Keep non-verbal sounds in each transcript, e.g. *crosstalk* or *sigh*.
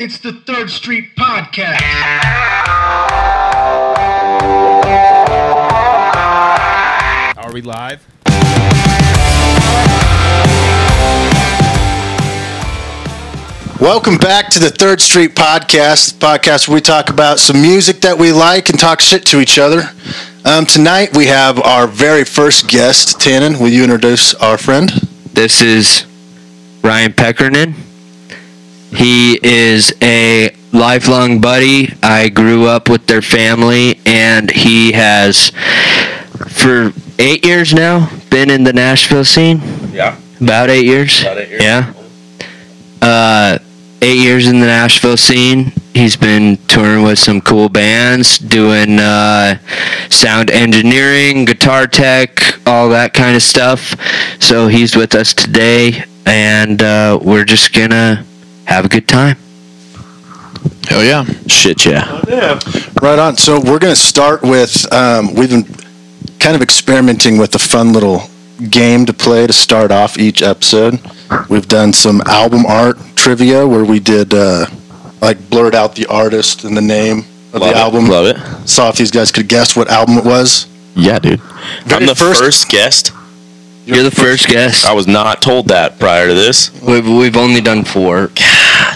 It's the Third Street Podcast. Are we live? Welcome back to the Third Street Podcast, the podcast where we talk about some music that we like and talk shit to each other. Um, tonight we have our very first guest, Tannen. Will you introduce our friend? This is Ryan Peckernan. He is a lifelong buddy. I grew up with their family, and he has, for eight years now, been in the Nashville scene. Yeah. About eight years. About eight years. Yeah. Uh, eight years in the Nashville scene. He's been touring with some cool bands, doing uh, sound engineering, guitar tech, all that kind of stuff. So he's with us today, and uh, we're just gonna have a good time. Oh yeah, Shit, yeah. right on. So we're going to start with um, we've been kind of experimenting with a fun little game to play to start off each episode. We've done some album art trivia where we did uh, like blurred out the artist and the name of Love the it. album. Love it. Saw if these guys could guess what album it was. Yeah, dude. Very I'm the first- first, guest. You're the first guest. I was not told that prior to this. We've, we've only done four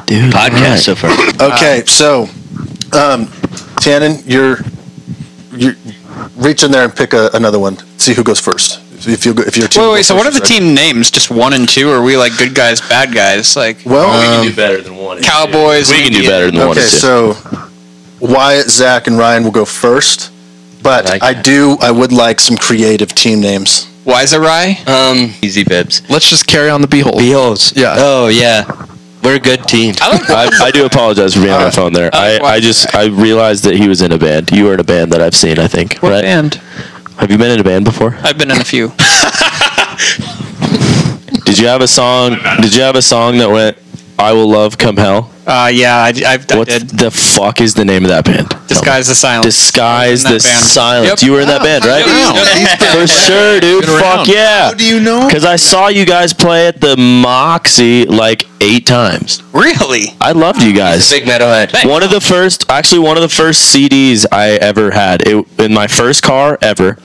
Dude. podcasts so far. Okay, so, um, Tannen, you're you reach in there and pick a, another one. See who goes first. If you go, if your team. Wait, wait. goes So, what are first, the right? team names? Just one and two? Or are we like good guys, bad guys? Like Well, we can do better than one. Cowboys? Um, We can do better than one. okay, and two. so Wyatt, Zach, and Ryan will go first, but I, like that. do I would like some creative team names. Wiserai? Um, Easy bibs. Let's just carry on the behold. Beals. Yeah. Oh yeah, we're a good team. I *laughs* don't I, I do apologize for being on my Uh, Alright. phone there. I, I just I realized that he was in a band. You were in a band that I've seen. I think. What right? band? Have you been in a band before? I've been in a few. Did you have a song? Did you have a song that went? I will love come hell. Uh, yeah, I, I, I What did. the fuck is the name of that band? Tell me. Disguise the Silence. Disguise I the was Oh, in that band. silence. Yep. Ah, You were in that band, right? For sure, dude. Been around. Fuck yeah. do you know? Because I saw you guys play at the Moxie like eight times. really? I loved you guys. Big metalhead. One of the first, actually, one of the first CDs I ever had it, in my first car ever.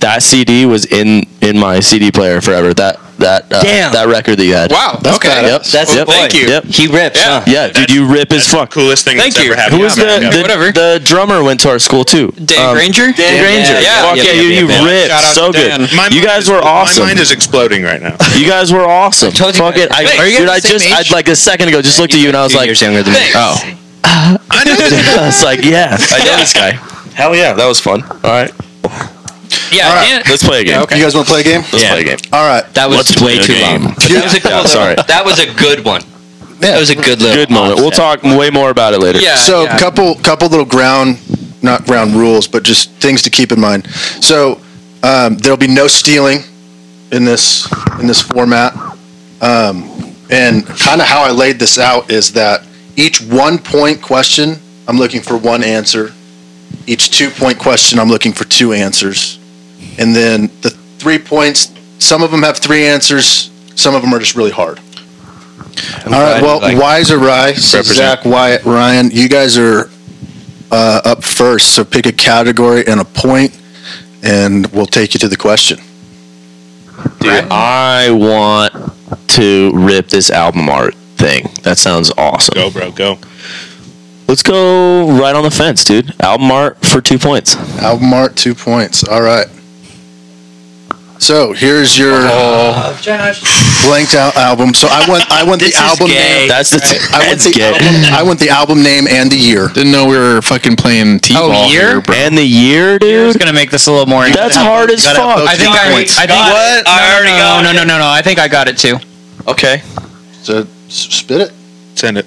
That CD was in in my CD player forever. That that uh, Damn. that record that you had. Wow. okay. Yep. That's Well, thank you. Yep. He rips. Yeah. Huh? Yeah, dude, you rip as fuck. Coolest thing Thank that's you. ever happened. Who was the, the Whatever. the drummer went to our school too? Dan Um, Granger? Dan Granger. Yeah. Fuck yeah, Yeah, you, yeah, you yeah. ripped Shout out so to Dan. good. You guys were awesome. My mind is exploding right now. You guys were awesome. told you Fuck guys- it. I, Hey, are you guys dude, the I same just, age? I'd like a second ago, just looked at you and I was Two like, years younger than me. oh. *laughs* I was like, yeah, I know this guy. Hell yeah, that was fun. All right, Yeah, All right. Dan- let's play a game. You guys want to play a game? Let's play a game. All right. That was Let's way play a too game. long. That was a Yeah, sorry. That was a good one. Yeah. That was a good little. Good moment. We'll offset. talk way more about it later. yeah. so yeah. couple couple little ground not ground rules but just things to keep in mind so um, there'll be no stealing in this in this format um, and kind of how i laid this out is that each one point question i'm looking for one answer each two point question i'm looking for two answers and then the three points some of them have three answers some of them are just really hard all right. Well, Wise or Rye, so Zach, Wyatt, Ryan, you guys are uh, up first. So pick a category and a point, and we'll take you to the question. Dude, I want to rip this album art thing. That sounds awesome. Go, bro, go. Let's go right on the fence, dude. Album art for two points. Album art, two points. All right. So here's your blanked out album. So I want I want the album name. That's the. T- I want that's the gay. album, I want the album name and the year. Mm. Didn't know we were fucking playing T-ball. Oh, year? here, bro. And the year, I was dude. going to make this a little more. That's hard as gotta have fuck. those I think I, I think What? No, I no, already no, got no, it. no, no, no. I think I got it too. Okay. So s- spit it. Send it.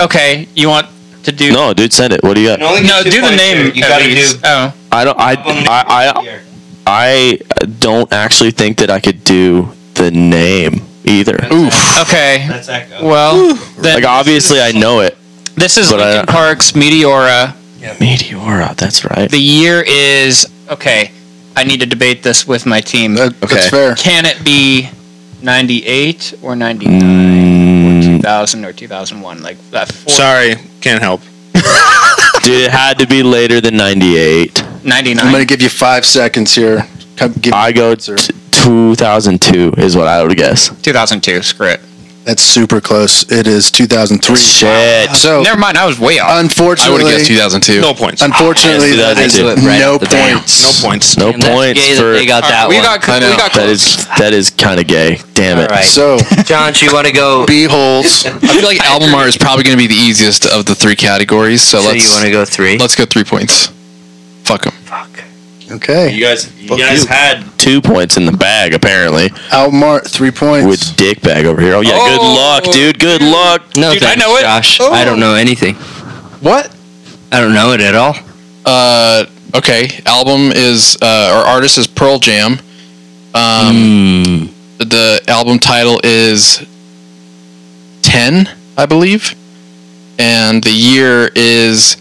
Okay, you want to do No, dude, send it. What do you got? No, do the name. You at gotta least. do- Oh, I don't. I. I. I, I don't actually think that I could do the name either. Oof. okay. Well, then Like obviously, I know it. this is but I- Linkin Park's Meteora. Meteora. That's right. The year is okay. I need to debate this with my team. That, Okay. That's fair. Can it be 98 or 99? Mm, 2000 or 2001. Like that. Four, Sorry, can't help. Dude, it had to be later than 98. 99. I'm going to give you five seconds here. Come, give I go sir. t- 2002 is what I would guess. 2002. Screw it. That's super close. It is 2003. Shit. So, Never mind. I was way off. I would have unfortunately, guessed 2002. No points. unfortunately, Ah, yes, that is 2002. Right no at the bam. points. No points. No Damn, that's points gay that for they got All right, that we one. got I know. we got that is that is kind of gay. Damn it. All right. *laughs* So, John, you want to go? beeholes. I feel like album art is probably going to be the easiest of the three categories. So, So let's you want to go three? let's go three points. Fuck them. Okay. You guys, you Fuck guys you. had two points in the bag apparently Almart, three points. with dick bag over here. Oh yeah, good Oh. luck, dude. Good luck. No, Dude, I thanks, know it. Oh. Josh. I don't know anything. What? I don't know it at all. Uh, okay. Album is uh, or artist is Pearl Jam. Mm. The album title is Ten, I believe, and the year is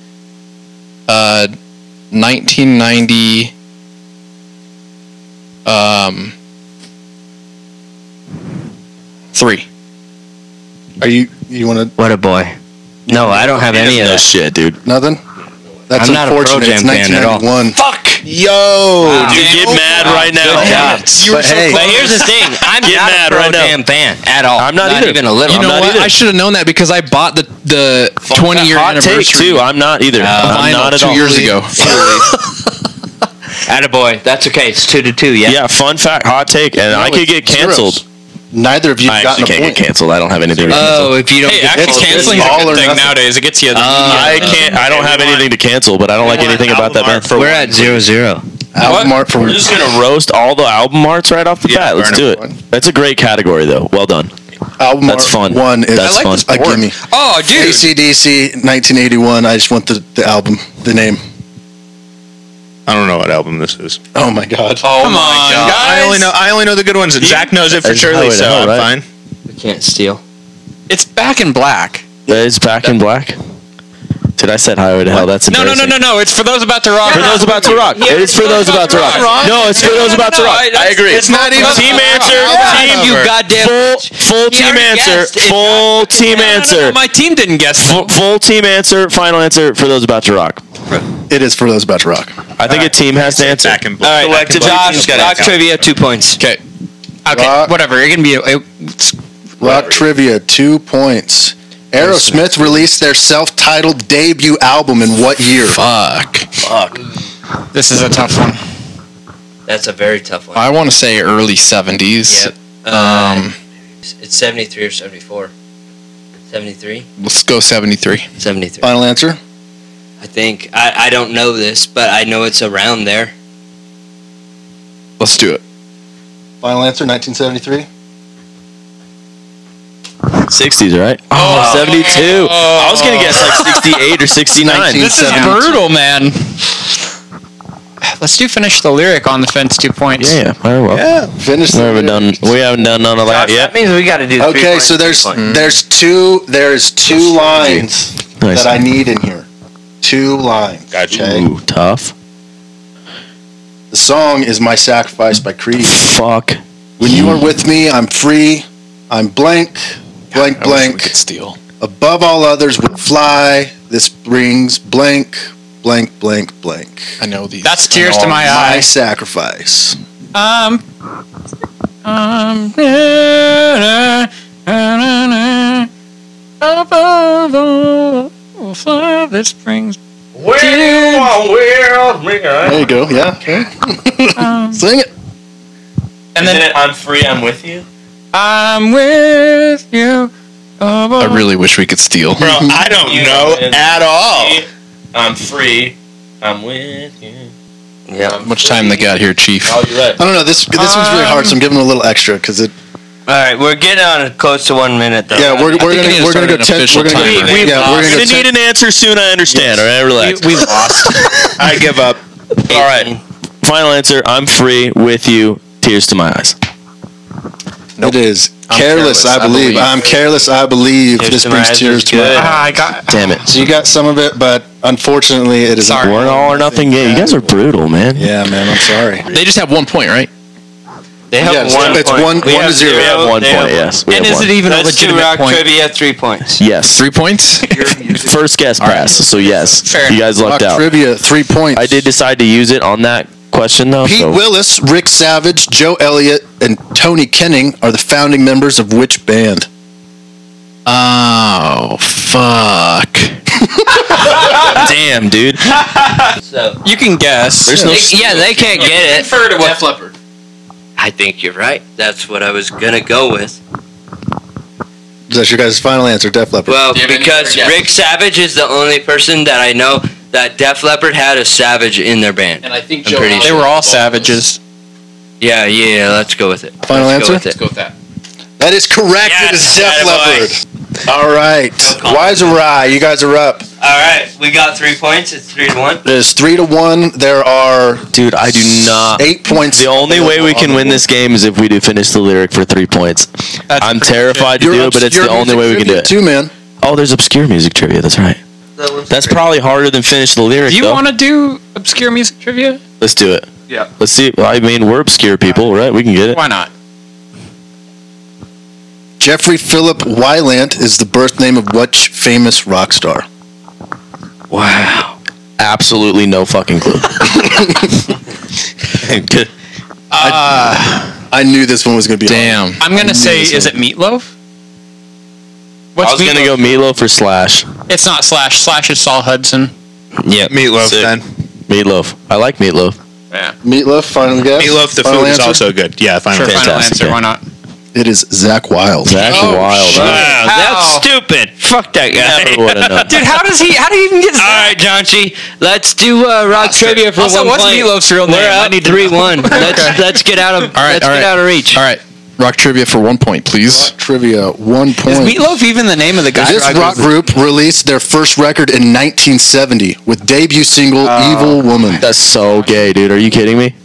uh, 1990. Um, three. Are you, you want What a boy. No, I don't have any of No that. shit, dude. to, nothing? That's I'm not a Pearl unfortunate. Jam it's fan at all. 1991. Fuck. Yo, Uh, dude, get mad right now. job. But hey, But here's the thing: I'm Get not mad a pro right now. damn fan at all. I'm not either. even a little. You I'm You know not what? either. I should have known that because I bought the the 20 year Hot anniversary take too. I'm not either. I'm vinyl not at two all. years ago. Attaboy. That's okay. It's two to two. Yeah. Yeah, fun fact, hot take, and I could get canceled. neither of you I have actually gotten a can't point. get canceled. I don't have anything. to Uh, cancel. Oh, if you don't Hey, get actually, this- canceling is a all or good thing nothing. nowadays. It gets you. Uh, The, I can't. I don't have anything to cancel, but I don't like want anything about that album band. art for we're at zero zero. Almart for We're just gonna roast all the album arts right off the Yeah, bat. Let's burn do it. it. That's a great category, though. Well done. Almart That's fun. One is That's I like fun. this a gimme. oh, dude. ACDC 1981. I just want the, the album, the name. I don't know what album this is. Oh my god. Oh Come my on, God. I only know I only know the good ones. Zach knows it for That's how surely, it so hell, I'm right? fine. We can't steal. It's back in black. It's back in black. Did I said highway to hell? That's No, no, no, no, no. It's for those about to rock. For those about to rock. It is for those about to rock. No, it's for those about to rock. I agree. It's not even Team answer. Team You goddamn. Full, full team already answer. guessed. It's Full team No, no, answer. no, my team didn't guess. Full- Full team answer. Final answer for those about to rock. It is for those about to rock. I think a team has to answer. Back and All right, Collective Josh, team's gotta Josh count. Trivia. Two points. Okay. Okay, Rock. whatever. It can be. It, it's- Rock trivia, two points. Aerosmith released their self-titled debut album in what year? Fuck. this is a tough one. That's a very tough one. I want to say early 70s. Yep. Um, it's seventy three or seventy four. Seventy three. Let's go 73. Seventy three. Final answer. I think I, I don't know this, but I know it's around there. Let's do it. Final answer. 1973. 60s, right? Oh, 72. I was going to guess like 68 or 69. This is brutal, man. Let's do finish the lyric on the fence. Two points. Yeah, yeah. Very well. Finish. We the- haven't done we haven't done none of that yet. means we got to do. Okay, so there's there's two there's two lines Nice. that I need in here. Two lines. Gotcha. Okay. Ooh, tough. The song is "My Sacrifice" by Creed. Fuck. When you are with me, I'm free. I'm blank, blank, blank. steal. Above all others would fly. This brings blank, blank, blank, blank. I know these. That's tears to my My eyes. sacrifice. Um. Um. Above all, we'll fly that springs. There you go. Yeah. Okay. *laughs* Sing it. And then I'm free, I'm with you. I'm with you. I Above. really wish we could steal. *laughs* Bro, I don't know at all. I'm free. I'm with you. Oh, Yeah. How much time they got here, Chief? you're right. I don't know. This this one's really hard, so I'm giving them a little extra because it. All right, we're getting on close to one minute though. Yeah, we're, we're think I need gonna to we're gonna start go an ten. official We're gonna timer. go, We- yeah, we're I'm gonna go gonna need ten. an answer soon. I understand. All right, relax. We, we lost. I give up. All right, final answer. I'm free with you. Tears to my eyes. It is I'm careless. careless, I I believe. believe. I'm careless. I believe. Tears This to my brings eyes tears is to my. good. Ah, I got. Damn it. So you got some of it, but unfortunately, it is. Sorry. We're an all or nothing game. You guys are brutal, man. Yeah, man. I'm sorry. They just have one point, right? They have Yeah, it's- one it's point. one- We one have to zero. We have one they point, have- yes. We And have is one. it even a Let's do rock legitimate point? trivia. Three points. Yes. Three points? *laughs* First guess pass. So yes, Fair you guys lucked out. trivia, three points. I did decide to use it on that question though. Pete so- Willis, Rick Savage, Joe Elliott, and Tony Kenning are the founding members of which band? Oh, fuck. *laughs* Damn, dude. You can guess. There's no. s- yeah, they can't get it. to Def Leppard. I think you're right. That's what I was gonna go with. That's your guys' final answer, Def Leppard. Well, Do you have any because other Rick Savage is the only person that I know that Def Leppard had a Savage in their band. I think I'm Joe pretty Allen- They were all savages. Yeah, yeah, let's go with it. Final Let's go answer? with it. with that. that is correct. it is Def Leppard. All right. Wise awry, you guys are up. All right, we got three points. It's three to one. It is three to one. There are Dude, I do not. eight points. The only way we available can on win the this game is if we do finish the lyric for three points. That's I'm terrified to board. do You're it, but it's the obscure only way we can do music it. Too, man. Oh, there's obscure music trivia. That's right. That's probably harder than finish the lyric. Do you though. want to do obscure music trivia? Let's do it. Yeah. Let's see. I mean, we're obscure people, right? We can get it. Why not? Jeffrey Philip Wylant is the birth name of which famous rock star? Wow. Absolutely no fucking clue. *laughs* I knew this one was going to be hard. Damn. I'm gonna say, is it Meatloaf? I What's was gonna Meatloaf? go Meatloaf for Slash. It's not Slash. Slash is Saul Hudson. Yeah, Meatloaf Sick. then. Meatloaf. I like Meatloaf. Meatloaf, final guess. Meatloaf the Final food is answer? also good. Yeah, final Sure, answer. final Fantastic. answer. Why not? It is Zach Oh, Wild. Zach Wild. Oh, Wow, That's Ow. stupid. Fuck that guy. Never would have known. *laughs* Dude, how does he? How do you even get? All right, John G, let's do uh, rock trivia for Also, one what's point. Meatloaf's real We're name? I up need to three *laughs* one. Let's let's get out of All right, let's all get right. out of reach. All right. Rock trivia for one point, please. Trivia, one point. Is Meatloaf even the name of the guy? This rock group released their first record in 1970 with debut single "Evil Woman." That's so Oh, gay, dude. Are you kidding me?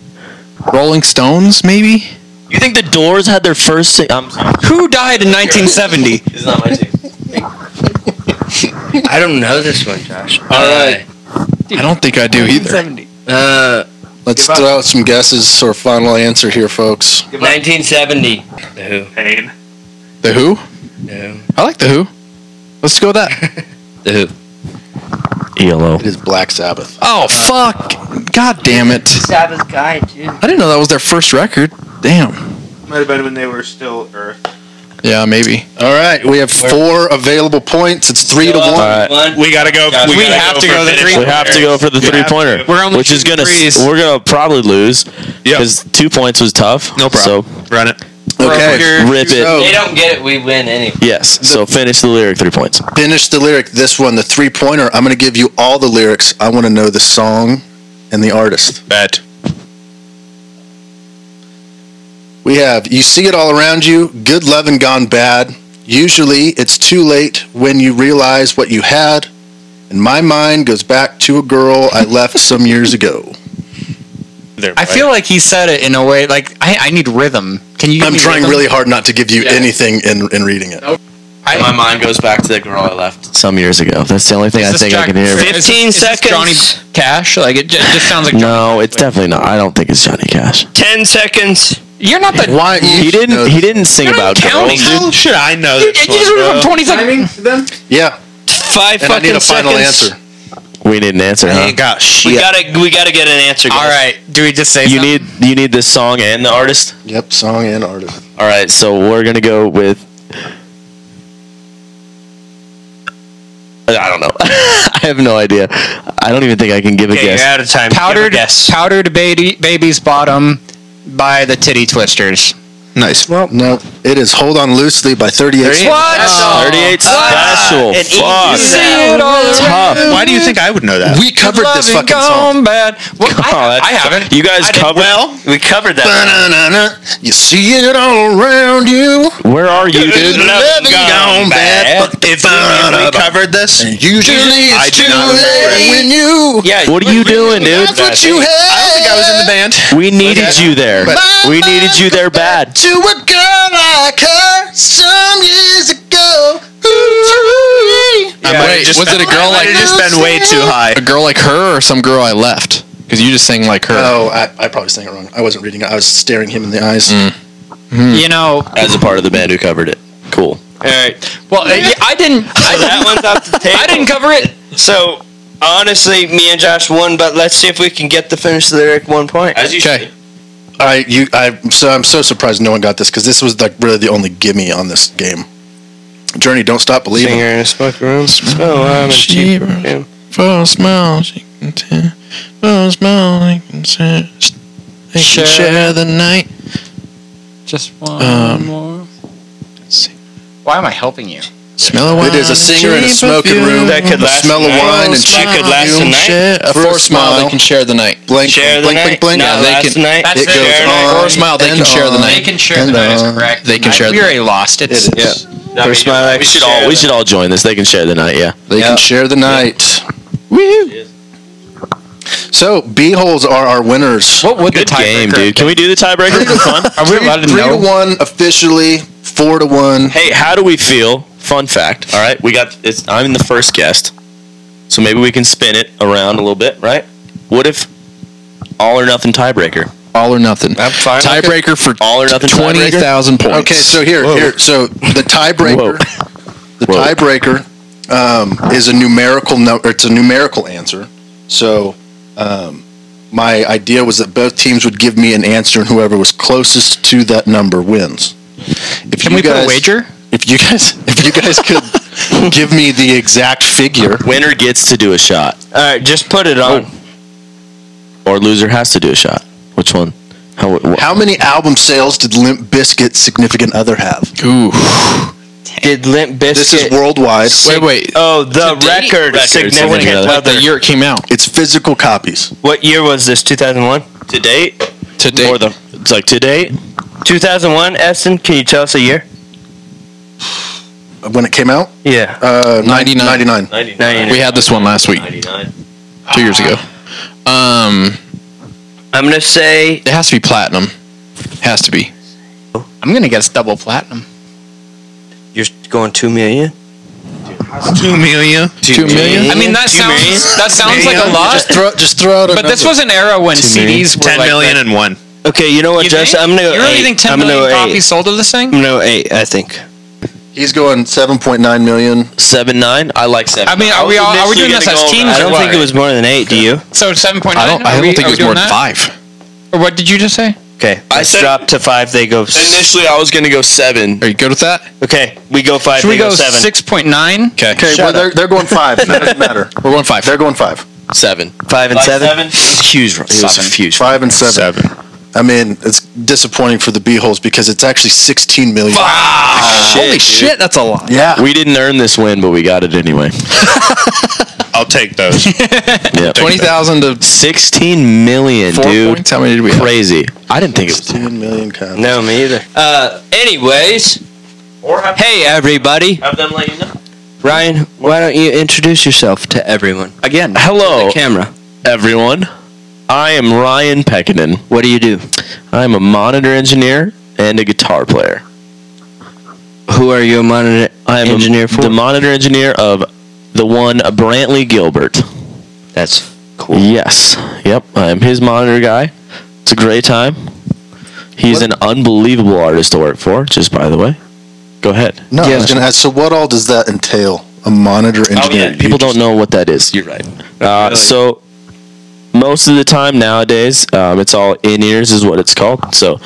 Rolling Stones, maybe? You think the Doors had their first? Sing- I'm sorry. Who died in 1970? *laughs* It's not my team. I don't know this one, Josh. All right. I don't think I do either. Uh, Let's throw out some guesses or final answer here, folks. 1970. The Who? Pain. The Who? No. I like The Who. Let's go with that. The Who? ELO. It is Black Sabbath. Uh, Oh, fuck. God damn it. Sabbath guy too. I didn't know that was their first record. Damn. Might have been when they were still Earth. Yeah, maybe. All right, we have four available points. It's three to All one. right. One. We gotta go. We gotta have to for go the finish three- We have to go for the Yeah. three pointer, We're only which is shooting gonna threes. we're gonna probably lose Yep. because two points was tough. No So problem. Run it. Okay, rip it. so They don't get it. We win anyway. Yes. so finish the lyric three points. finish the lyric. This one, the three pointer. I'm going to give you all the lyrics. I want to know the song and the artist. Bet. We have You See It All Around You, Good Lovin' Gone Bad. Usually it's too late when you realize what you had. And my mind goes back to a girl I left some years ago. They're I feel like he said it in a way like I, I need rhythm. Can you? give I'm me trying rhythm? really hard not to give you anything in, in reading it. My mind goes back to the girl I left some years ago. That's the only thing Is I this think I Jack- can hear. is this- 15 is this seconds. Johnny Cash. Like it ju- just sounds *laughs* like. No, it's definitely not. I don't think it's Johnny Cash. Ten seconds. You're not the. Why? He didn't. He didn't sing You're about not counting. girls. dude. How should I know You this? you just one, wrote bro? 20 seconds. Yeah, Five and I fucking need a final seconds. answer. We need an answer, huh? got shit. We gotta we gotta get an answer. Guys. All right. Do we just say You something? need you need this song and the artist. Yep, song and artist. All right, so we're gonna go with. I don't know. *laughs* I have no idea. I don't even think I can give a Okay, you're guess. out of time. Give a powdered guess. powdered baby baby's bottom by the titty twisters. Nice. No, it is Hold On Loosely by 38. Oh. Thirty-eight special. An easy Fuck. sound. Tough. Why do you think I would know that? We covered this fucking song. bad. Well, I, I haven't. Oh, You I guys did covered. Well, we covered that. Ba-na-na-na, You see it all around you. Where are you, Good dude? loving gone bad. If we covered this, And usually I it's do too not remember late it. when you. Yeah. What are you doing, dude? That's what you had. I don't think I was in the band. We needed you there. We needed you there bad. To a girl like her some years ago. Ooh, I might have Wait, just was been- it a I girl might like have just been way too high. A girl like her or some girl I left? Because you just sang like her. Oh, I, I probably sang it wrong. I wasn't reading it. I was staring him in the eyes. Mm. You know, as a part of the band who covered it. Cool. All right. well, uh, yeah, *laughs* I didn't. So that one's off the table. I didn't cover it. So honestly, me and Josh won, but let's see if we can get the finished lyric one point. As you Okay. should. I you I so I'm so surprised no one got this because this was like really the only gimme on this game. Journey, don't stop believing. Singer in a smoke room. Oh, I'm a cheap room. Full smile, she can tell. Full smile, she can share. They Share. can share the night. Just one Um, more. see. Why am I helping you? Smell a wine. It is a singer in a cheap smoking perfume. room. That could the last smell of a night. wine and That cheap could last a perfume, night. share- A For a forced smile, smile. they can share the night. Blink, Share the blink, night. blink, blink. Not Yeah, they last can- night. That's It fair. goes Share on. night. For a smile, they And can share the on. They night. can share the And, night. Is uh, correct. they can share We the- already lost it. It Yeah. is. I mean, First smile. we act- should share all- We the- should all join this. They can share the night. Yeah. They can share the night. Woo. So B holes are our winners. What would Good the game, tiebreaker dude. Can we do the tiebreaker for fun? Are we allowed to Three to know? one officially. Four to one. Hey, how do we feel? Fun fact. All right, we got. It's, I'm the first guest, so maybe we can spin it around a little bit, right? What if all or nothing tiebreaker? All or nothing. I'm fine. Tiebreaker for All or nothing. twenty tiebreaker? thousand points. Okay, so here, here, so the tiebreaker, the Whoa. tiebreaker um, is a numerical number. It's a numerical answer. So, um, my idea was that both teams would give me an answer, and whoever was closest to that number wins. If Can you we put a guys- wager? If you guys, if you guys could give me the exact figure, Winner gets to do a shot, All right, just put it on. or loser has to do a shot. Which one? How? wh- how many album sales did Limp Bizkit's significant other have? Ooh. Did Limp Bizkit? This is worldwide. Wait, wait. Oh, the record. Significant significant Like other. the year it came out. It's physical copies. What year was this? 2001. To date, To date. or the it's like to date. 2001. Eston, can you tell us a year? When it came out, Yeah. uh, 99. 99. we had this one last week, two years ago. Um, I'm gonna say it has to be platinum. Has to be. I'm gonna guess double platinum. you're going two million. Two million. Two million. I mean, that Two sounds million? that sounds like a lot, Just throw, just throw out a but this number. was an era when CDs were Ten like million that. and one. Okay, you know what, You Justin? think? I'm gonna go You really eight. think 10 I'm gonna million go copies eight. sold of this thing? I'm gonna go eight. I think. He's going 7.9 million. Seven nine. I like seven. I mean, are we all, are we doing this as teams? I or don't what? think it was more than eight. Do you? So seven point I nine. don't. I don't think it was more than five. Or what did you just say? Okay, I let's said- drop to five. They go. s- Initially, I was gonna go seven. Are you good with that? okay, we go five. Should they we go seven? six point nine? Okay. Okay, well, they're, they're going five. That doesn't matter. *laughs* We're going five. They're going five. Seven. Five and seven. Huge. It was Seven. huge. Five and seven. I mean, it's disappointing for the B-holes because it's actually 16 million. Holy shit, that's a lot. Yeah. We didn't earn this win, but we got it anyway. I'll take those. Yeah. Twenty thousand to Sixteen million, four dude. points. How many did we? Have? Crazy. I didn't think it was. 16 million copies. No, me either. Uh, anyways, Or have, hey everybody, have them let you know. Ryan, why don't you introduce yourself to everyone? Again. Hello, The camera. everyone. I am Ryan Peckinen. What do you do? I'm a monitor engineer and a guitar player. Who are you a monitor I am a- engineer for? the monitor engineer of the one Brantley Gilbert. That's cool. Yes. Yep. I am his monitor guy. It's a great time. He's an unbelievable artist to work for. Just by the way, go ahead. No, I was going to ask, so what all does that entail? A monitor Oh, engineer. You people don't just- know what that is. You're right. Uh, So most of the time nowadays, um, it's all in ears is what it's called. So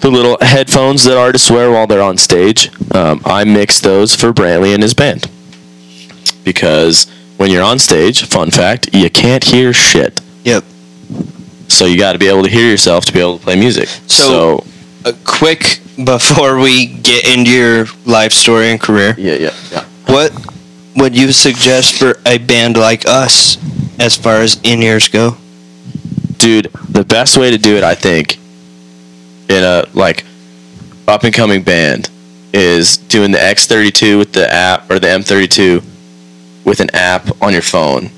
the little headphones that artists wear while they're on stage, um, I mix those for Brantley and his band because when you're on stage, fun fact, you can't hear shit. Yep. So you got to be able to hear yourself to be able to play music. So- so A quick before we get into your life story and career. yeah, yeah, yeah. What would you suggest for a band like us as far as in ears go? dude, the best way to do it, I think, in a like up and coming band, is doing the X32 with the app or the M32 with an app on your phone,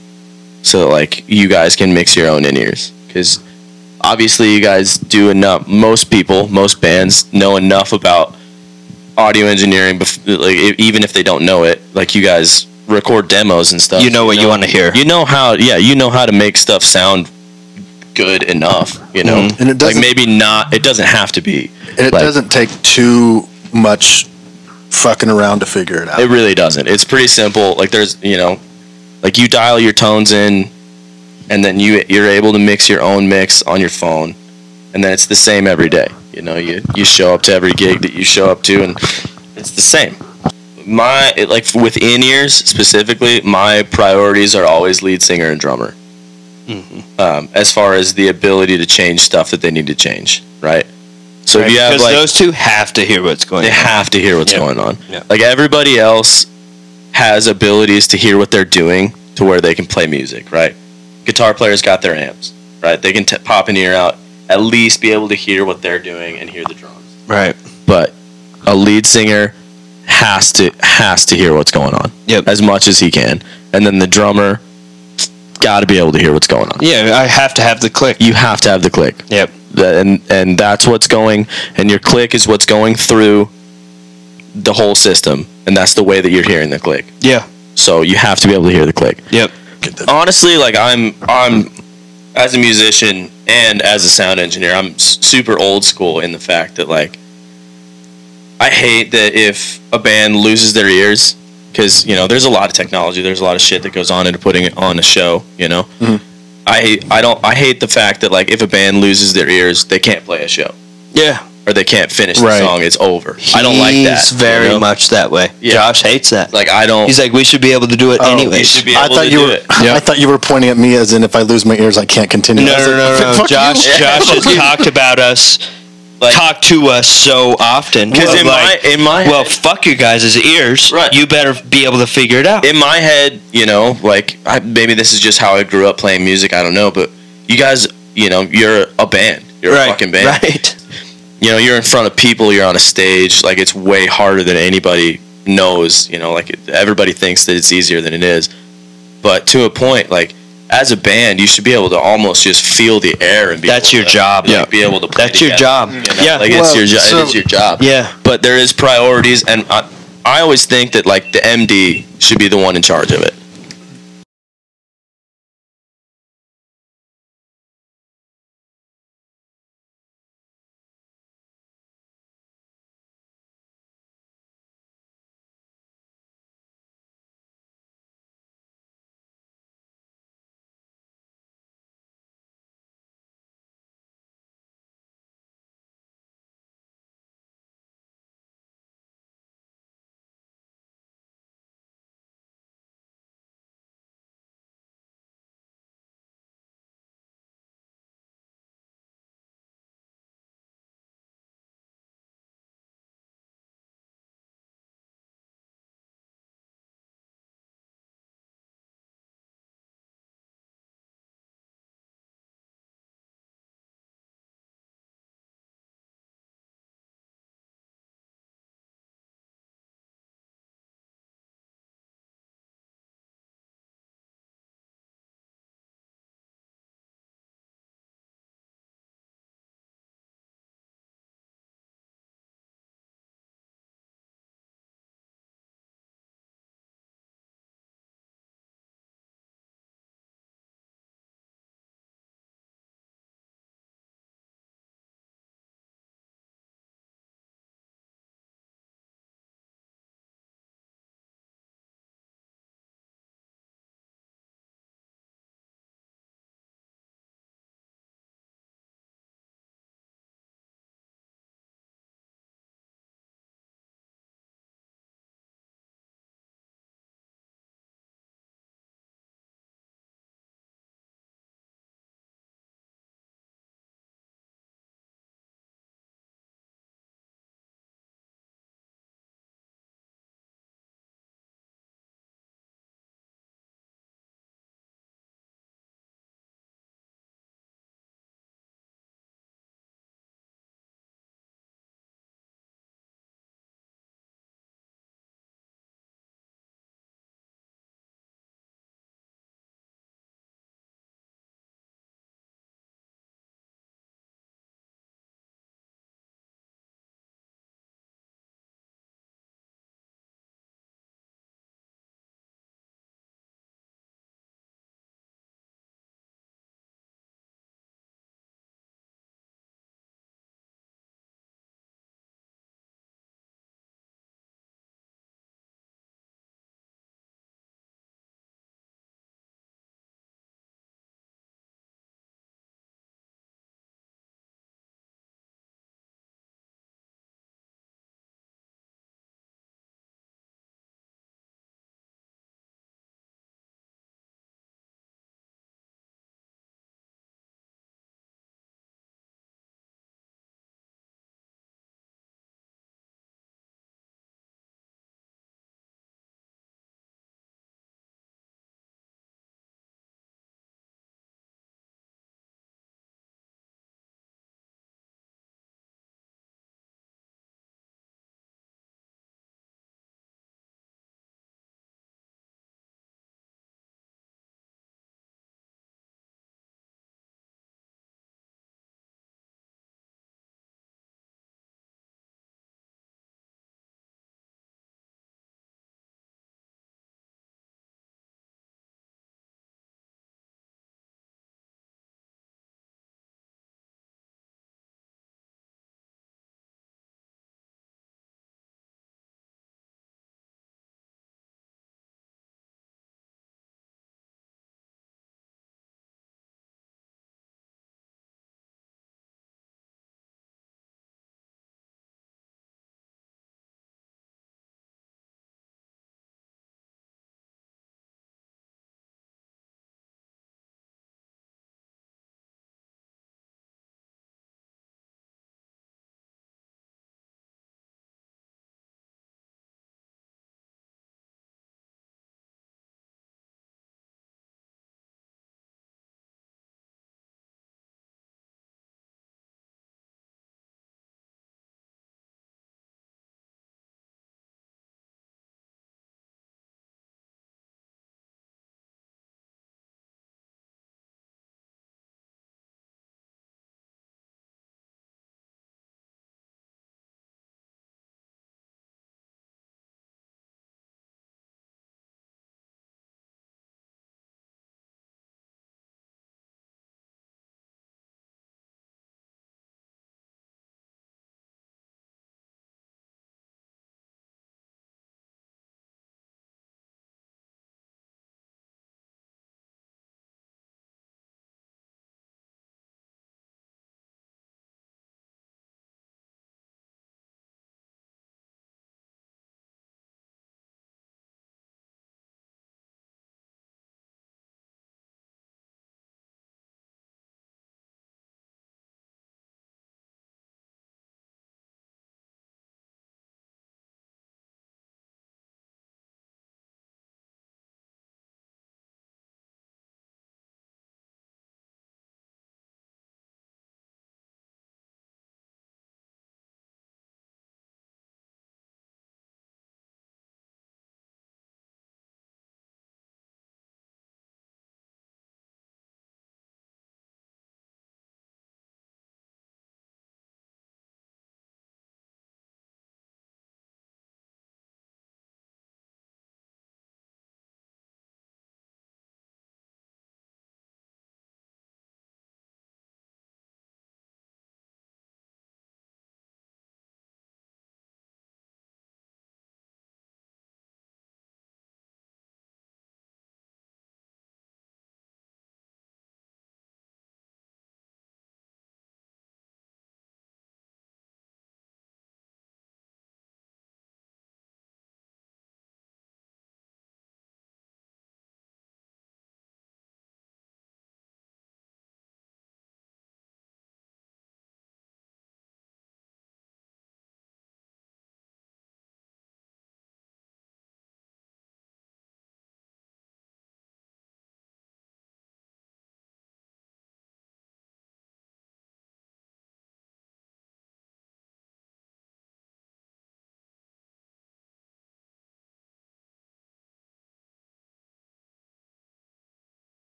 so that, like you guys can mix your own in ears. Because obviously, you guys do enough. Most people, most bands know enough about audio engineering, bef- like e- even if they don't know it, like you guys record demos and stuff. You know what you know- want to hear. you know how yeah you know how to make stuff sound good enough, you know. Mm-hmm. And it like doesn't- maybe not. It doesn't have to be. And it Like- doesn't take too much fucking around to figure it out. It really doesn't. It's pretty simple. Like there's, you know, like you dial your tones in, and then you you're able to mix your own mix on your phone, and then it's the same every day. You know, you you show up to every gig that you show up to, and it's the same. My it, like with in ears specifically, my priorities are always lead singer and drummer. Mm-hmm. Um, as far as the ability to change stuff that they need to change, right? So if you have because like those two have to hear what's going they on. have to hear what's going on. Yeah. Like everybody else has abilities to hear what they're doing to where they can play music, right? Guitar players got their amps, right? They can t- pop an ear out, at least be able to hear what they're doing and hear the drums. Right. But a lead singer has to has to hear what's going on Yep. as much as he can, and then the drummer got to be able to hear what's going on. Yeah, I have to have the click. You have to have the click Yep. that, and and that's what's going and your click is what's going through the whole system and that's the way that you're hearing the click Yeah. so you have to be able to hear the click Yep. honestly like i'm i'm as a musician and as a sound engineer i'm s- super old school in the fact that like i hate that if a band loses their ears because you know there's a lot of technology there's a lot of shit that goes on into putting it on a show you know Mm-hmm. i i don't i hate the fact that like if a band loses their ears they can't play a show Yeah. or they can't finish Right. the song it's over i don't like that He's very you know? much that way. Yeah. Josh hates that. like i don't He's like, we should be able to do it you anyways. should be I able thought to you do were. it *laughs* I thought you were pointing at me as in if I lose my ears, I can't continue. No, I was no, like, no, no. "Fuck you." Josh, Yeah. *laughs* Josh has talked about us, Like- talked to us so often. because of in like, my in my well, fuck your guys' ears. Right. You better be able to figure it out. in my head, you know, like I, maybe this is just how I grew up playing music. I don't know, but you guys, you know, you're a band. You're a fucking band. Right. You know, you're in front of people. You're on a stage. Like it's way harder than anybody knows. You know, like it, everybody thinks that it's easier than it is, but to a point, like as a band, you should be able to almost just feel the air and be. That's able your to, job. Like, Yeah. Be able to. Play That's your together, job. you know? Um, Yeah. Like Well, it's your job. it so- is your job yeah. but there is priorities and I, I always think that like the md should be the one in charge of it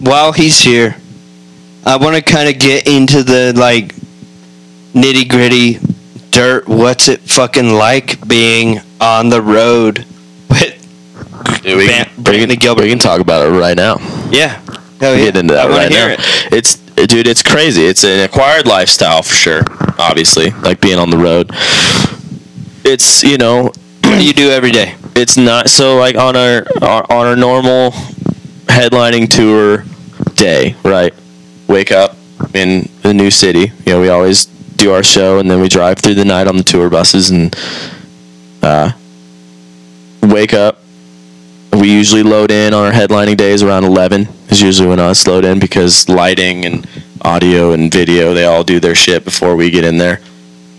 while he's here, I want to kind of get into the like nitty gritty dirt. What's it fucking like being on the road *laughs* with Dude, we, Ban- can, we, can, we can talk about it right now. Yeah. Hell Get into that I wanna right hear now. It. It's dude, it's crazy. It's an acquired lifestyle for sure. Obviously, like being on the road. It's you know, *clears throat* What do you do every day? it's not so like on our, our on our normal headlining tour day, right? Wake up in the new city. You know, we always do our show and then we drive through the night on the tour buses and uh, wake up. We usually load in on our headlining days around 11 is usually when us load in because lighting and audio and video, they all do their shit before we get in there.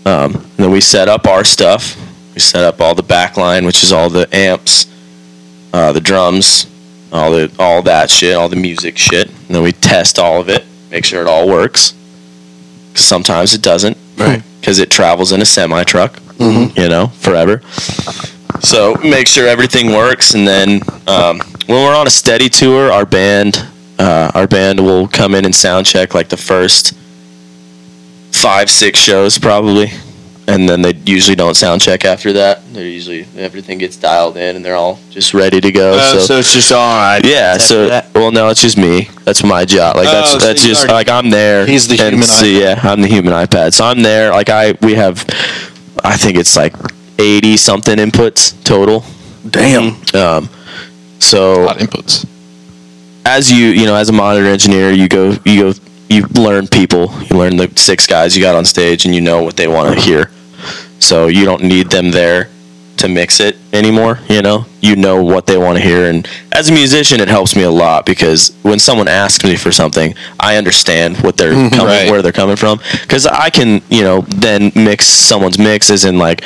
Um, and then we set up our stuff we set up all the back line, which is all the amps, uh, the drums, all the all that shit, all the music shit. And then we test all of it, make sure it all works. 'Cause sometimes it doesn't, Right. Because it travels in a semi truck, you know, forever. So make sure everything works, and then um, when we're on a steady tour, our band, uh, our band will come in and sound check like the first five, six shows probably and then they usually don't sound check after that. They're usually everything gets dialed in and they're all just ready to go. Uh, so, it's just all right. yeah, After so that. well, no, it's just me. That's my job. Like that's Oh, so that's you just already- like I'm there. He's the and human so, iPad. Yeah, I'm the human iPad. So I'm there. Like I we have, I think it's like eighty something inputs total. Damn. Um, so lot of inputs. as you you know as a monitor engineer you go you go you learn people you learn the six guys you got on stage and you know what they want to hear so you don't need them there to mix it anymore you know you know what they want to hear and as a musician it helps me a lot because when someone asks me for something i understand what they're coming, Right. where they're coming from because i can you know then mix someone's mix as in like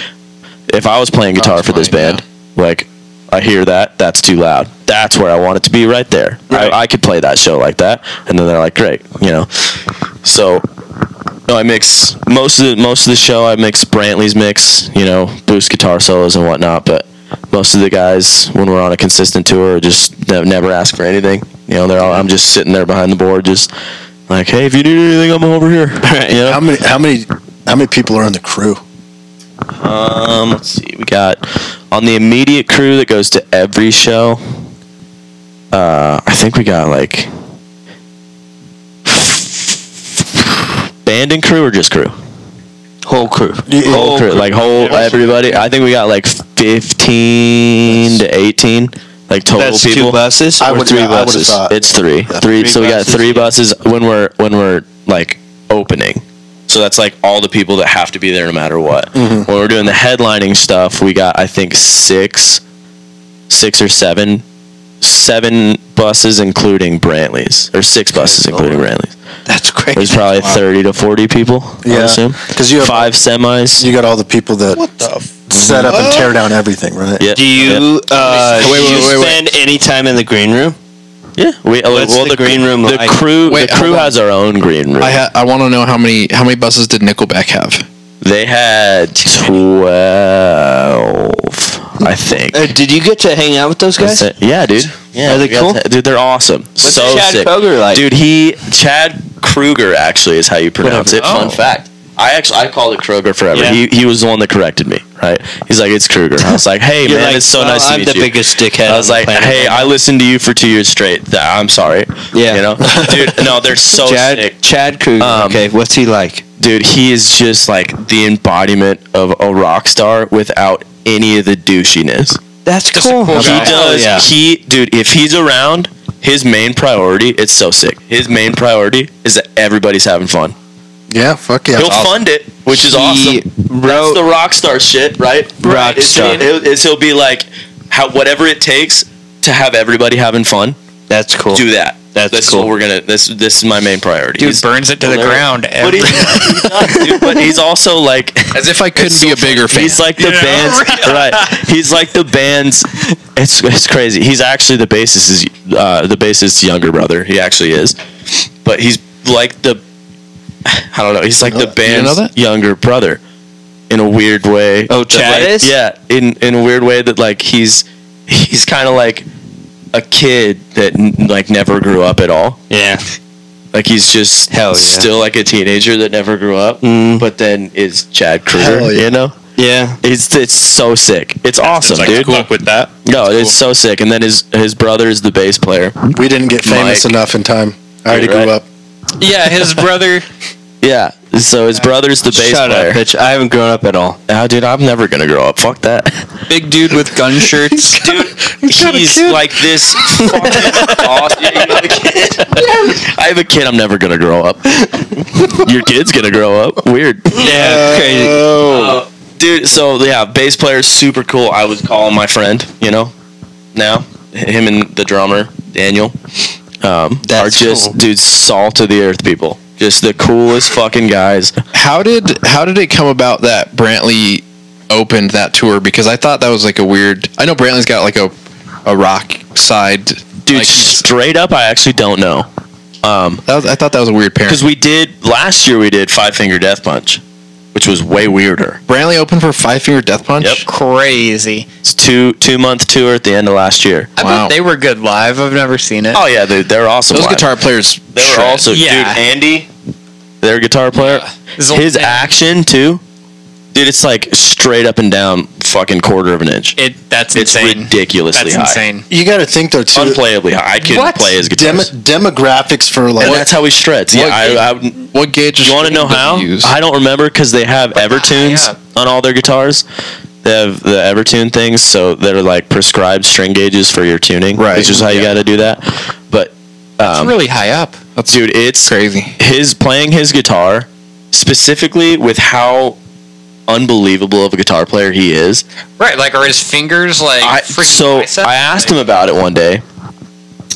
if i was playing guitar for this playing, band like I hear that. That's too loud. That's where I want it to be right there. I, I could play that show like that. And then they're like, great, you know. So, no, I mix most of the most of the show. I mix Brantley's mix, you know, boost guitar solos and whatnot. But most of the guys, when we're on a consistent tour, just ne- never ask for anything. You know, they're all. I'm just sitting there behind the board, just like, hey, if you need anything, I'm over here. You know. How many? How many? How many people are on the crew? Um, let's see. We got on the immediate crew that goes to every show. Uh, I think we got like band and crew or just crew, Whole crew. whole crew, like whole everybody. I think we got like fifteen to eighteen, like total That's people. two buses. I or would- three yeah, I would've buses. thought- It's three. three. Three So we got buses. three buses when we're when we're like opening. So that's like all the people that have to be there no matter what. When we're doing the headlining stuff, we got I think six, six or seven, seven buses including Brantley's or six buses including Brantley's. That's great. There's probably thirty to forty people. I Yeah. assume 'Cause you have- five semis. You got all the people that set up and tear down everything, right? yeah. Do you uh, Wait, wait, do you wait, wait. spend any time in the green room? Yeah. We, What's well, the the, green room The like? crew. Wait, the crew hold on. has our own green room. I ha- I want to know how many how many buses did Nickelback have? They had twelve, I think. Uh, did you get to hang out with those guys? That's it. Yeah, dude. Yeah, Are they we got cool? to- dude, they're awesome. What's so Chad sick. Kroeger like? Dude, he Chad Kruger actually is how you pronounce it. Fun Oh. fact. I actually I called it Kroger forever. Yeah. He he was the one that corrected me. Right? He's like, it's Kruger. I was like, "Oh, hey *laughs* You're man, like, it's so "Well, nice to I'm meet the you. biggest dickhead. I was on the like, planet." hey, I listened to you for two years straight. Th- I'm sorry. Yeah. *laughs* You know, dude. No, they're so sick Chad, Chad Kruger. Um, okay, what's he like? dude he is just like the embodiment of a rock star without any of the douchiness That's cool. he Okay. does Yeah. he dude if he's around his main priority it's so sick his main priority is that everybody's having fun Yeah. Fuck yeah. he'll fund it which is He awesome wrote that's the rock star shit right Rock It's- star. it- it's he'll be like how whatever it takes to have everybody having fun That's cool. do that That's this cool. is what we're gonna this this is my main priority Dude He's- burns it to the hilarious. ground. but, Every, *laughs* he's, he does, dude, but he's also like As if I couldn't be a bigger fan. He's like the You know? band's right. He's like the band's. It's it's crazy. He's actually the bassist is uh, the bassist's younger brother. He actually is, but he's like the. I don't know. He's like the You know band's that? younger brother, in a weird way. Oh, that, Chad like- is? Yeah, in in a weird way that like he's he's kind of like a kid that n- like never grew up at all. Yeah. Like he's just Hell yeah. still like a teenager that never grew up, Mm. but then is Chad Kruger. Hell yeah. You know, Yeah. it's it's so sick. It's awesome, It's like, dude. fuck with that. No, it's so sick. And then his his brother is the bass player. We didn't get famous Mike. enough in time. I already You're right. grew up. Yeah, *laughs* his brother. Yeah. So his brother's the bass Shut player. up, bitch. I haven't grown up at all. Ah, dude, I'm never gonna grow up. Fuck that. Big dude with gun *laughs* shirts. He's like *laughs* this. *laughs* fucking awesome. Yeah, you have a kid. I have a kid. I'm never gonna grow up. Your kid's gonna grow up. Weird. Yeah, crazy. Uh, dude. So yeah, bass player super cool. I was calling my friend, you know, now him and the drummer Daniel um, are That's just cool. dude salt of the earth people. Just the coolest fucking guys. How did how did it come about that Brantley opened that tour? Because I thought that was like a weird. I know Brantley's got like a a rock side. Dude, like, straight up, I actually don't know. Um, that was, I thought that was a weird pairing. because we did last year, we did Five Finger Death Punch, which was way weirder. Brantley opened for Five Finger Death Punch. Yep. Crazy. It's two two month tour at the end of last year. I Wow. bet they were good live. I've never seen it. Oh yeah, dude, they're awesome. Those live. guitar players. They were shred. also Yeah. dude Andy, their guitar player. His His, old man. action too, dude. It's like straight up and down, fucking quarter of an inch. It that's It's insane. ridiculously That's high, insane. You got to think though too. unplayably high. I could What? not play his guitar. Demo- demographics for like and that's how he shreds. Yeah, What- I, I, would- What gauge? you want to know how? I don't remember because they have Evertunes up. on all their guitars. They have the Evertune things, so they're like prescribed string gauges for your tuning, Right. Which is how you got to do that. But It's really high up. That's dude, it's crazy. his playing his guitar specifically with how unbelievable of a guitar player he is. Right, like are his fingers like I, freaking so biceps? I asked him about it one day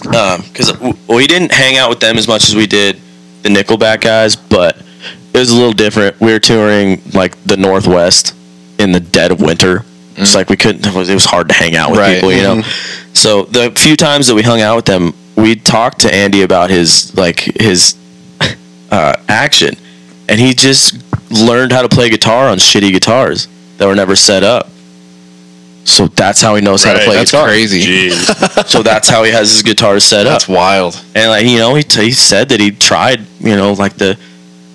because w we didn't hang out with them as much as we did the Nickelback guys, but it was a little different. We were touring like the Northwest in the dead of winter. It's like we couldn't. It was, it was hard to hang out with Right. people, you know. So the few times that we hung out with them, we talked to Andy about his like his *laughs* uh, action, and he just learned how to play guitar on shitty guitars that were never set up. So that's how he knows how to Right, play That's guitar. crazy. Jeez. So that's how he has his guitar set up. That's wild. And like you know, he, t- he said that he tried, you know, like the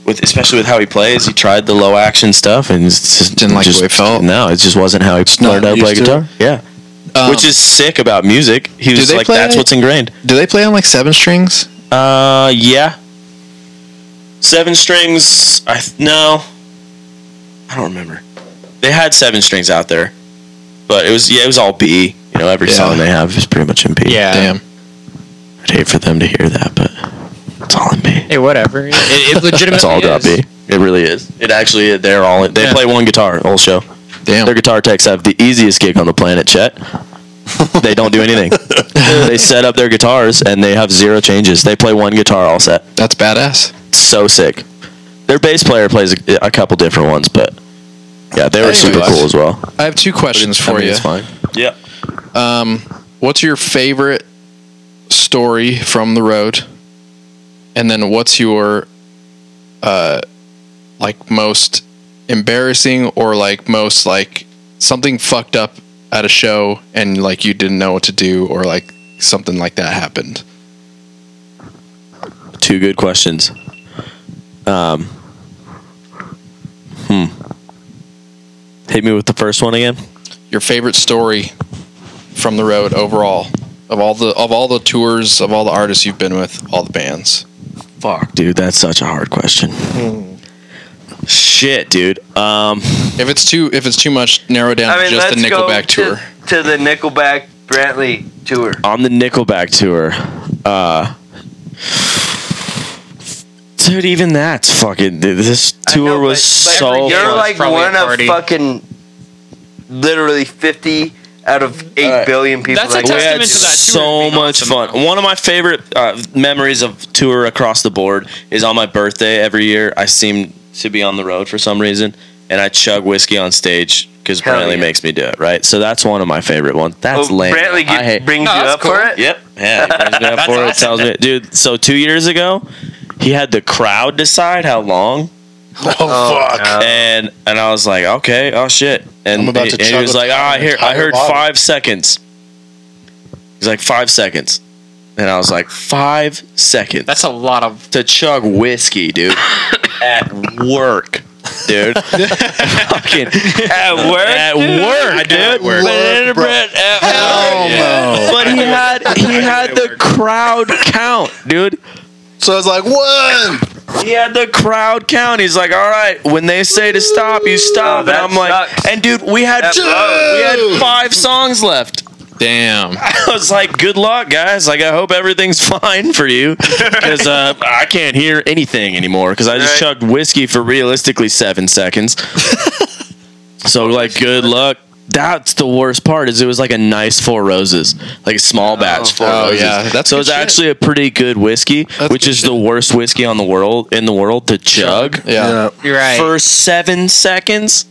with especially with how he plays, he tried the low action stuff and it's just Didn't like the just, way it felt. No, it just wasn't how he not learned how to play used to guitar. Yeah, Um, which is sick about music. He was they like, play- that's what's ingrained. do they play on like seven strings? Uh, yeah. Seven strings. I th- no. I don't remember. They had seven strings out there, but it was yeah, it was all B. You know, every Yeah. song they have is pretty much in B. yeah. Damn. I'd hate for them to hear that, but it's all in B. Hey, whatever. It, *laughs* it legitimately It's all about is. B. It really is. It actually they're all they Yeah. play one guitar the whole show. Damn. Their guitar techs have the easiest gig on the planet, *laughs* Chet. they don't do anything. they set up their guitars and they have zero changes. They play one guitar all set. That's badass. So sick. Their bass player plays a, a couple different ones, but yeah, they were super Anyways. cool as well. I have two questions I for mean, you. It's fine. Yeah. Um, what's your favorite story from the road? And then what's your uh like most embarrassing or like most like something fucked up at a show and like you didn't know what to do or like something like that happened. Two good questions. Um. Hmm. Hit me with the first one again. Your favorite story from the road overall of all the of all the tours of all the artists you've been with, all the bands. Fuck, dude, that's such a hard question. Shit, dude. Um, If it's too if it's too much, narrow it down to just the Nickelback tour. To, the Nickelback Brantley tour. on the Nickelback tour, uh, dude, even that's fucking. Dude, this tour was so. You're was like probably a one of party. fucking literally 50 out of eight billion Alright. people. That's a that we go. had testament to that tour so being much awesome. fun. One of my favorite uh, memories of tour across the board is on my birthday every year. I seem to be on the road for some reason, and I chug whiskey on stage because Hell Brantley yeah. makes me do it. Right, so that's one of my favorite ones. That's Oh, lame. Brantley I hate- get, brings No, you that's up for cool. it. Yep. Yeah. he brings me up That's for it, awesome. tells me- dude. So two years ago, he had the crowd decide how long, oh fuck. and and I was like, okay, oh shit, and, I'm about he- to and he chug was a- like, ah, I hear, I entire heard bottle. five seconds, He's like five seconds, and I was like five seconds That's a lot of. to chug whiskey, *laughs* dude, at work, dude. *laughs* Fucking at *laughs* work, at work, dude. work. Banana bread at work. But he had he had the crowd count, dude. So I was like, one. He had the crowd count. He's like, all right, when they say to stop, you stop. and I'm like, and dude, we had two, we had five songs left. Damn. *laughs* I was like, good luck, guys. Like, I hope everything's *laughs* fine for you because uh, I can't hear anything anymore because I just chugged whiskey for realistically seven *laughs* seconds. so, like, good luck. That's the worst part is it was like a nice four roses, like a small batch four Oh, roses. yeah. That's so good it's shit. actually a pretty good whiskey, which good is the worst whiskey on the world in the world to chug Yeah. You're right. for seven seconds.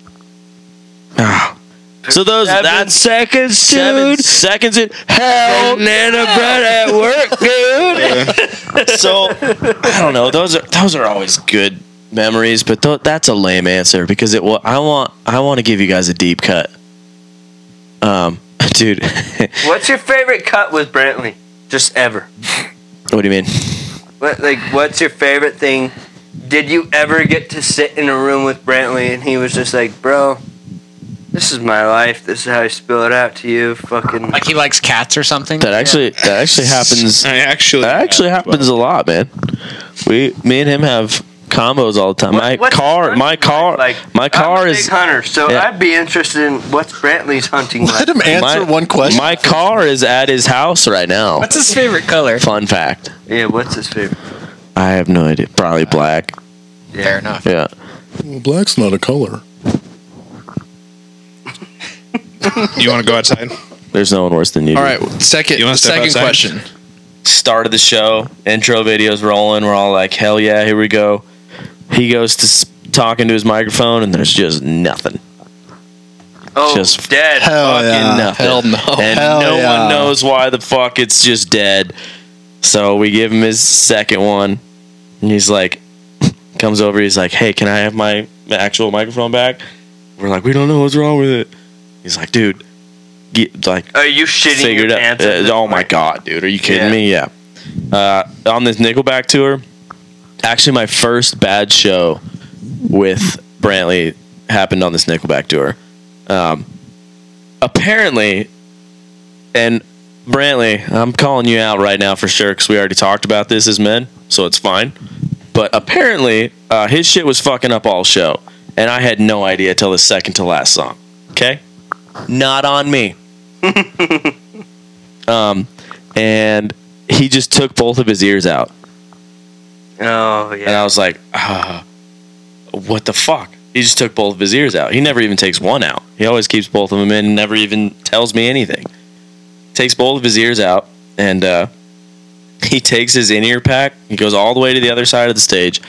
Ah. So those that's seconds, seven seconds in hell banana bread at *laughs* work, dude. so I don't know. Those are those are always good memories, but th- that's a lame answer because it. Well, I want I want to give you guys a deep cut. Um, *laughs* dude, what What's your favorite cut with Brantley? Just ever. do you mean? What, like, what's your favorite thing? Did you ever get to sit in a room with Brantley and he was just like, bro, this is my life. This is how I spill it out to you. Fucking. like he likes cats or something. That actually that actually happens. *laughs* I actually. That actually happens a lot, man. We, me and him have combos all the time. my what's car, Brantley's my life car, like? my car I'm a is big hunter, so Yeah. I'd be interested in what's *laughs* Brantley's hunting like. Let him answer My- one question. My car is at his house right now. What's his favorite color? Fun fact. Yeah, what's his favorite? I have no idea. Probably black. Fair enough. Yeah. Well, black's not a color. You want to go outside? There's no one worse than you. All dude. right. Second. You wanna step second outside? question. Start of the show. Intro videos rolling. We're all like, hell yeah, here we go. He goes to s- talking to his microphone, and there's just nothing. Oh, Just dead. Hell fucking nothing. Hell no. And Hell no yeah. one knows why the fuck it's just dead. So we give him his second one, and he's like, *laughs* comes over. He's like, "Hey, can I have my actual microphone back?" We're like, "We don't know what's wrong with it." He's like, "Dude, get, like, Are you shitting figured your out." pants? at Uh, this oh my point? god, dude, are you kidding Yeah. me? Yeah. Uh, on this Nickelback tour, actually, my first bad show with Brantley happened on this Nickelback tour. Um, apparently, and Brantley, I'm calling you out right now for sure because we already talked about this as men, so it's fine. But apparently, uh, his shit was fucking up all show, and I had no idea till the second to last song. Okay, not on me. um, and he just took both of his ears out. Oh, yeah. And I was like, ah, what the fuck? He just took both of his ears out. He never even takes one out. He always keeps both of them in and never even tells me anything. Takes both of his ears out and uh, he takes his in ear pack. He goes all the way to the other side of the stage,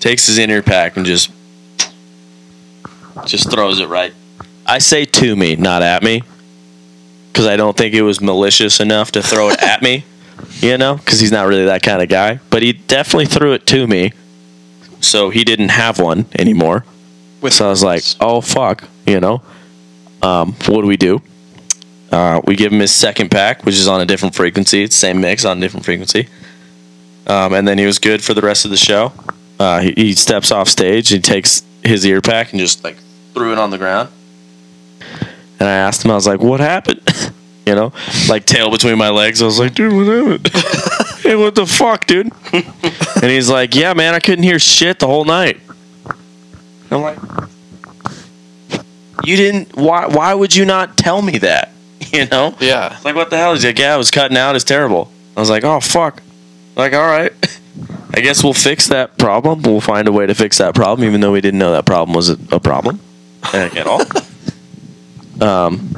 takes his in ear pack and just just throws it right. I say to me, not at me, because I don't think it was malicious enough to throw it at me you know, because he's not really that kind of guy. But he definitely threw it to me, so he didn't have one anymore. so I was like, "Oh fuck," you know. Um, what do we do? Uh, we give him his second pack, which is on a different frequency. It's same mix on a different frequency. Um, and then he was good for the rest of the show. Uh, he, he steps off stage, he takes his ear pack and just like threw it on the ground. And I asked him, I was like, "What happened?" *laughs* you know, like tail between my legs. I was like, "Dude, what happened?" hey, what the fuck, dude? and he's like, yeah, man, I couldn't hear shit the whole night. I'm like, you didn't. Why? Why would you not tell me that? *laughs* You know? Yeah. It's like, what the hell? He's like, yeah, it was cutting out. It's terrible. I was like, oh fuck. Like, all right. *laughs* I guess we'll fix that problem. We'll find a way to fix that problem, even though we didn't know that problem was a, a *laughs* problem like, at all. um.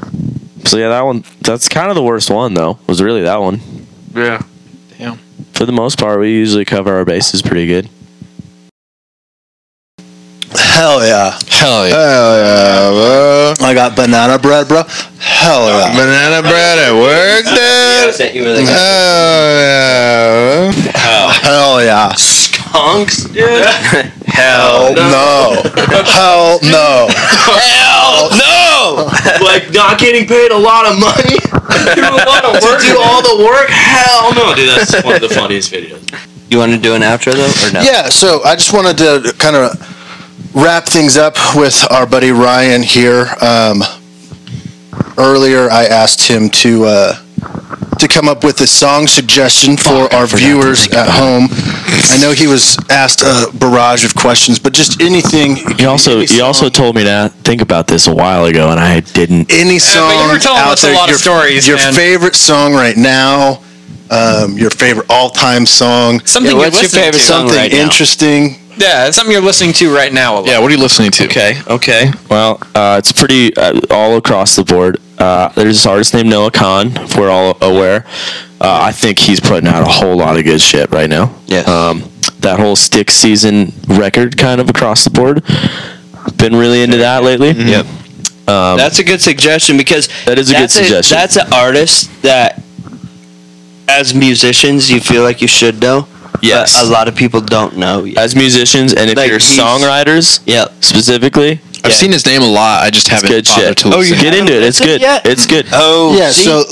So yeah, that one. That's kind of the worst one, though. Was really that one yeah. for the most part, we usually cover our bases pretty good. Hell yeah. Hell yeah. Hell yeah, bro. I got banana bread, bro. Hell yeah. Banana bread at *laughs* work, dude. Sent you with a- Hell yeah. Hell yeah. Punks, dude. Hell *laughs* Hell no. Hell no. Hell no. bro, *laughs* like not getting paid a lot of money *laughs* to do all the work. Hell *laughs* no, dude. That's one of the funniest videos. You want to do an outro though, or no? Yeah, so I just wanted to kind of wrap things up with our buddy Ryan here. Um, earlier, I asked him to uh, to come up with a song suggestion Oh, for our viewers at home. I know he was asked a barrage of questions, but just anything. You also any you also song- told me to think about this a while ago, and I didn't. any Yeah, song but you were telling out us a there, lot of your, stories, Your man. favorite song right now, um, your favorite all-time song, Something Yeah, you're what's your listening favorite to. song? something right now. interesting. Yeah, something you're listening to right now. A lot. Yeah, what are you listening to? Okay, okay. Well, uh, it's pretty uh, all across the board. Uh, there's this artist named Noah Khan. If we're all aware, uh, I think he's putting out a whole lot of good shit right now. Yes. Um, that whole stick season record kind of across the board. Been really into that lately. Yep. that's a good suggestion because That is a good that's suggestion. that's an artist that, as musicians, you feel like you should know. but Yes. a lot of people don't know. Yet. As musicians, and if Like, you're he's- songwriters Yeah. specifically, I've Yeah. seen his name a lot. I just it's haven't good bothered shit. to listen. get into it. It's listened good. yet? It's good. Oh, Yeah, see? so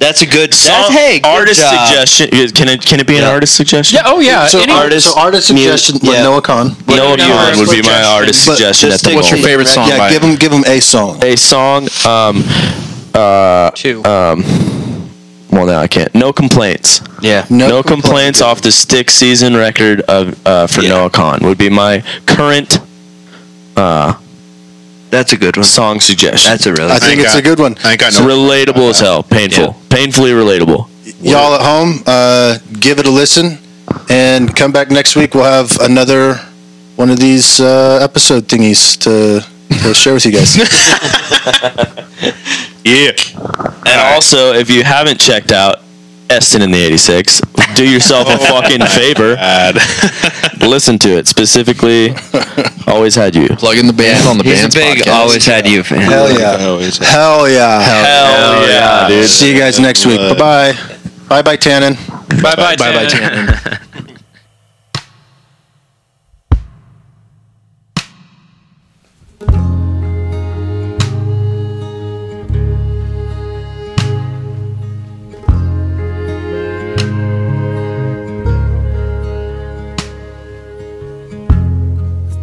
that's a good. That's Song- hey, good artist job. suggestion. is- Can it can it be an Yeah. artist suggestion? Yeah, oh yeah. so any- artist, so artist suggestion with yeah. Noah Khan. No, no, Beyond would be my suggestion. artist But suggestion at just the take- moment. What's your favorite song? yeah, by give him? him give him a song. a song. Um, uh, Two. um, well, now I can't. No complaints. Yeah. No, complaints off the stick season record of uh, for Yeah. Noah Khan would be my current That's a good one. song suggestion. That's a really. I think I it's got- a good one. I ain't got it's no. relatable as hell. Painful. Painfully relatable. Y'all at home, uh, give it a listen, and come back next week. We'll have another one of these uh, episode thingies to, *laughs* to share with you guys. Yeah. And also, if you haven't checked out Eston in the 86, do yourself a fucking favor. Bad. Listen to it. Specifically, Always Had You. Plug in the band on the He's a band's big. podcast. Always had you. Fan. Hell yeah! Always. Hell yeah! Hell yeah, dude. See you guys next week. Bye bye. Bye bye, Tannen. Bye-bye, Bye-bye, Tanner. Tanner.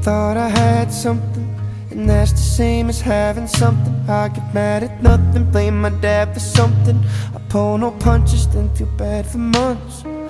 Thought I had something, and that's the same as having something. I get mad at nothing, blame my dad for something. I pull no punches, then feel bad for months.